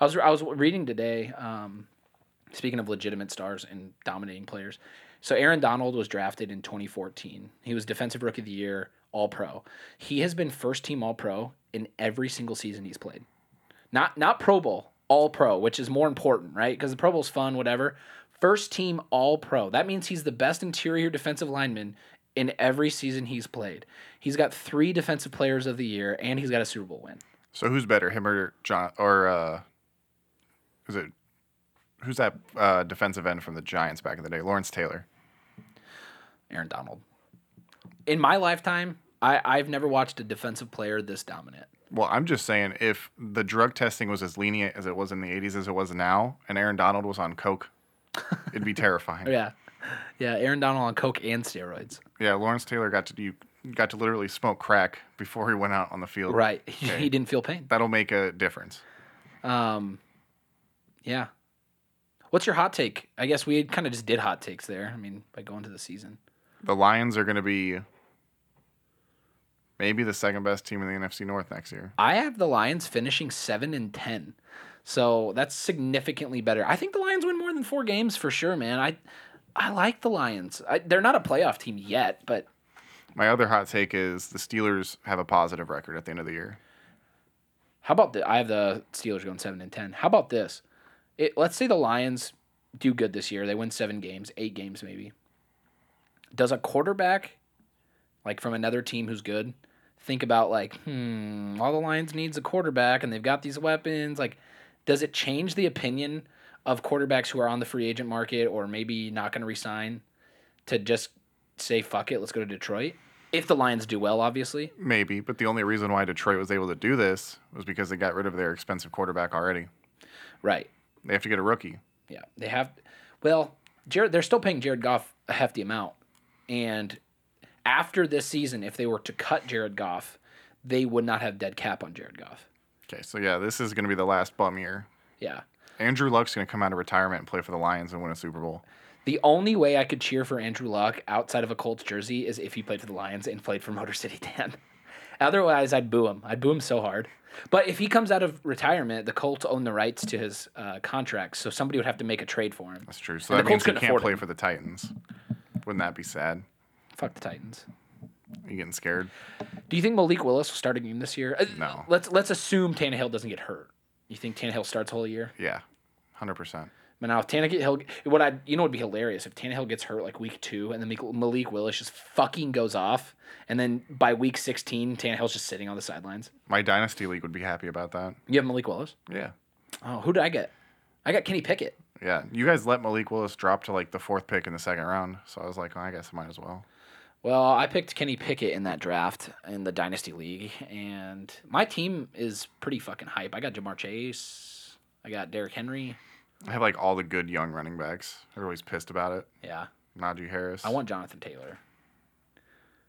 B: I was I was reading today. Um, speaking of legitimate stars and dominating players, so Aaron Donald was drafted in 2014. He was defensive rookie of the year, All Pro. He has been first team All Pro in every single season he's played not not Pro Bowl, All Pro, which is more important, right? Because the Pro Bowl's fun, whatever. First team All Pro. That means he's the best interior defensive lineman in every season he's played. He's got three defensive players of the year, and he's got a Super Bowl win.
A: So who's better, him or John or uh, is it who's that uh, defensive end from the Giants back in the day? Lawrence Taylor.
B: Aaron Donald. In my lifetime, I, I've never watched a defensive player this dominant.
A: Well, I'm just saying if the drug testing was as lenient as it was in the 80s as it was now, and Aaron Donald was on coke, it'd be terrifying. yeah.
B: Oh, Yeah. Yeah, Aaron Donald on Coke and steroids.
A: Lawrence Taylor got to you got to literally smoke crack before he went out on the field.
B: Right. (laughs) he didn't feel pain.
A: That'll make a difference.
B: Um, yeah. What's your hot take? I guess we kind of just did hot takes there. I mean, by going to the season.
A: The Lions are going to be maybe the second best team in the NFC North next year.
B: I have the Lions finishing seven and ten, so that's significantly better. I think the Lions win more than four games for sure, man. I, I like the Lions. I, they're not a playoff team yet, but
A: My other hot take is the Steelers have a positive record at the end of the year.
B: How about the? I have the Steelers going seven and ten. How about this? It, let's say the Lions do good this year. They win seven games, eight games maybe. Does a quarterback, like from another team who's good, think about like, hmm, all the Lions needs a quarterback, and they've got these weapons. Like, does it change the opinion of quarterbacks who are on the free agent market or maybe not going to resign to just say fuck it, let's go to Detroit? If the Lions do well, obviously.
A: Maybe, but the only reason why Detroit was able to do this was because they got rid of their expensive quarterback already.
B: Right.
A: They have to get a rookie.
B: Yeah, they have. Well, Jared, they're still paying Jared Goff a hefty amount, and after this season, if they were to cut Jared Goff, they would not have dead cap on Jared Goff.
A: Okay, so yeah, this is going to be the last bum year.
B: Yeah.
A: Andrew Luck's going to come out of retirement and play for the Lions and win a Super Bowl.
B: The only way I could cheer for Andrew Luck outside of a Colts jersey is if he played for the Lions and played for Motor City (laughs) Dan. Otherwise, I'd boo him. I'd boo him so hard. But if he comes out of retirement, the Colts own the rights to his uh, contracts, so somebody would have to make a trade for him.
A: That's true. So
B: And
A: that
B: the
A: means
B: Colts
A: he
B: couldn't
A: can't
B: afford
A: play
B: him.
A: for the Titans. Wouldn't that be sad?
B: Fuck the Titans.
A: you getting scared?
B: Do you think Malik Willis will start a game this year? Uh,
A: No.
B: Let's let's assume Tannehill doesn't get hurt. You think Tannehill starts whole year?
A: Yeah, 100%.
B: But now if Tannehill, what I you know would be hilarious if Tannehill gets hurt like week two and then Malik- Malik Willis just fucking goes off, and then by week sixteen Tannehill's just sitting on the sidelines.
A: My Dynasty League would be happy about that.
B: You have Malik Willis.
A: Yeah.
B: Oh, who did I get? I got Kenny Pickett.
A: Yeah. You guys let Malik Willis drop to like the fourth pick in the second round. So I was like, well, I guess I might as well.
B: Well, I picked Kenny Pickett in that draft in the Dynasty League, and my team is pretty fucking hype. I got Jamar Chase. I got Derrick Henry.
A: I have like all the good young running backs. Everybody's pissed about it.
B: Yeah.
A: Najee Harris.
B: I want Jonathan Taylor.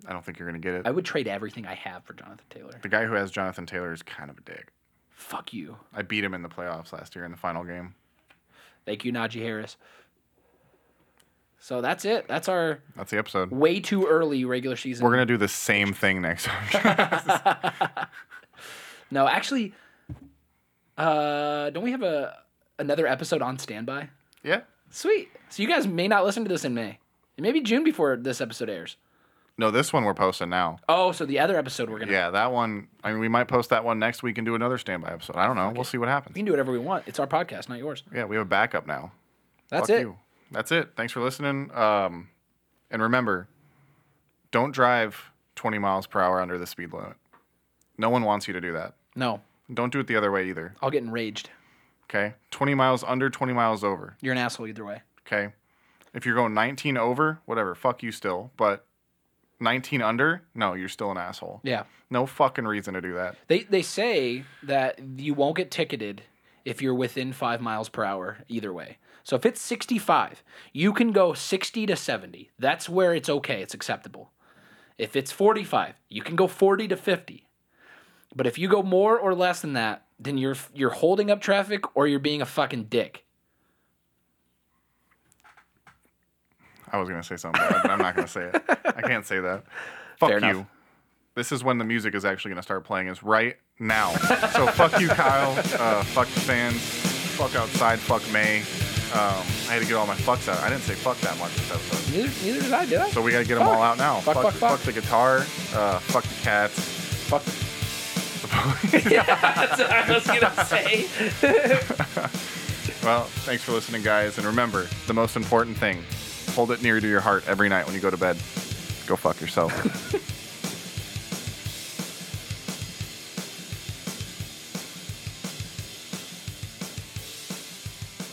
A: I don't think you're going to get it.
B: I would trade everything I have for Jonathan Taylor.
A: the guy who has Jonathan Taylor is kind of a dick.
B: Fuck you.
A: I beat him in the playoffs last year in the final game.
B: Thank you, Najee Harris. So that's it. That's our
A: That's the episode.
B: way too early regular season.
A: We're going to do the same thing next (laughs)
B: (laughs)
A: time.
B: no, actually, uh, don't we have a another episode on standby?
A: yeah.
B: Sweet. So you guys may not listen to this in May. It may be June before this episode airs.
A: No, this one we're posting now.
B: Oh, so the other episode we're gonna
A: Yeah, that one. I mean, we might post that one next week and do another standby episode. I don't know. We'll see what happens.
B: we can do whatever we want. It's our podcast, not yours.
A: Yeah, we have a backup now.
B: That's
A: Fuck
B: it.
A: you. That's it. Thanks for listening. Um, and remember, don't drive 20 miles per hour under the speed limit. No one wants you to do that.
B: No,
A: Don't do it the other way either.
B: I'll get enraged.
A: Okay. 20 miles under, 20 miles over.
B: You're an asshole either way.
A: Okay. If you're going 19 over, whatever, fuck you still. But 19 under, no, you're still an asshole.
B: Yeah.
A: No fucking reason to do that.
B: They they say that you won't get ticketed if you're within five miles per hour either way. So if it's 65, you can go 60 to 70. That's where it's okay. It's acceptable. If it's 45, you can go 40 to 50. But if you go more or less than that, then you're you're holding up traffic or you're being a fucking dick.
A: I was gonna say something, bad, but I'm not gonna say
B: (laughs)
A: it. I can't say that. Fuck
B: Fair
A: you.
B: enough.
A: This is when the music is actually gonna start playing. Is right now. so fuck you, Kyle. Uh, fuck the fans. Fuck outside. Fuck May. Um, I had to get all my fucks out. I didn't say fuck that much this episode.
B: Neither, neither did I, did I?
A: So we gotta get them all out now.
B: Fuck, fuck, fuck.
A: the guitar. Uh, fuck the cats. Fuck the police.
B: (laughs) yeah, that's what I was gonna say.
A: Well, thanks for listening, guys. And remember, the most important thing hold it near to your heart every night when you go to bed. Go fuck yourself.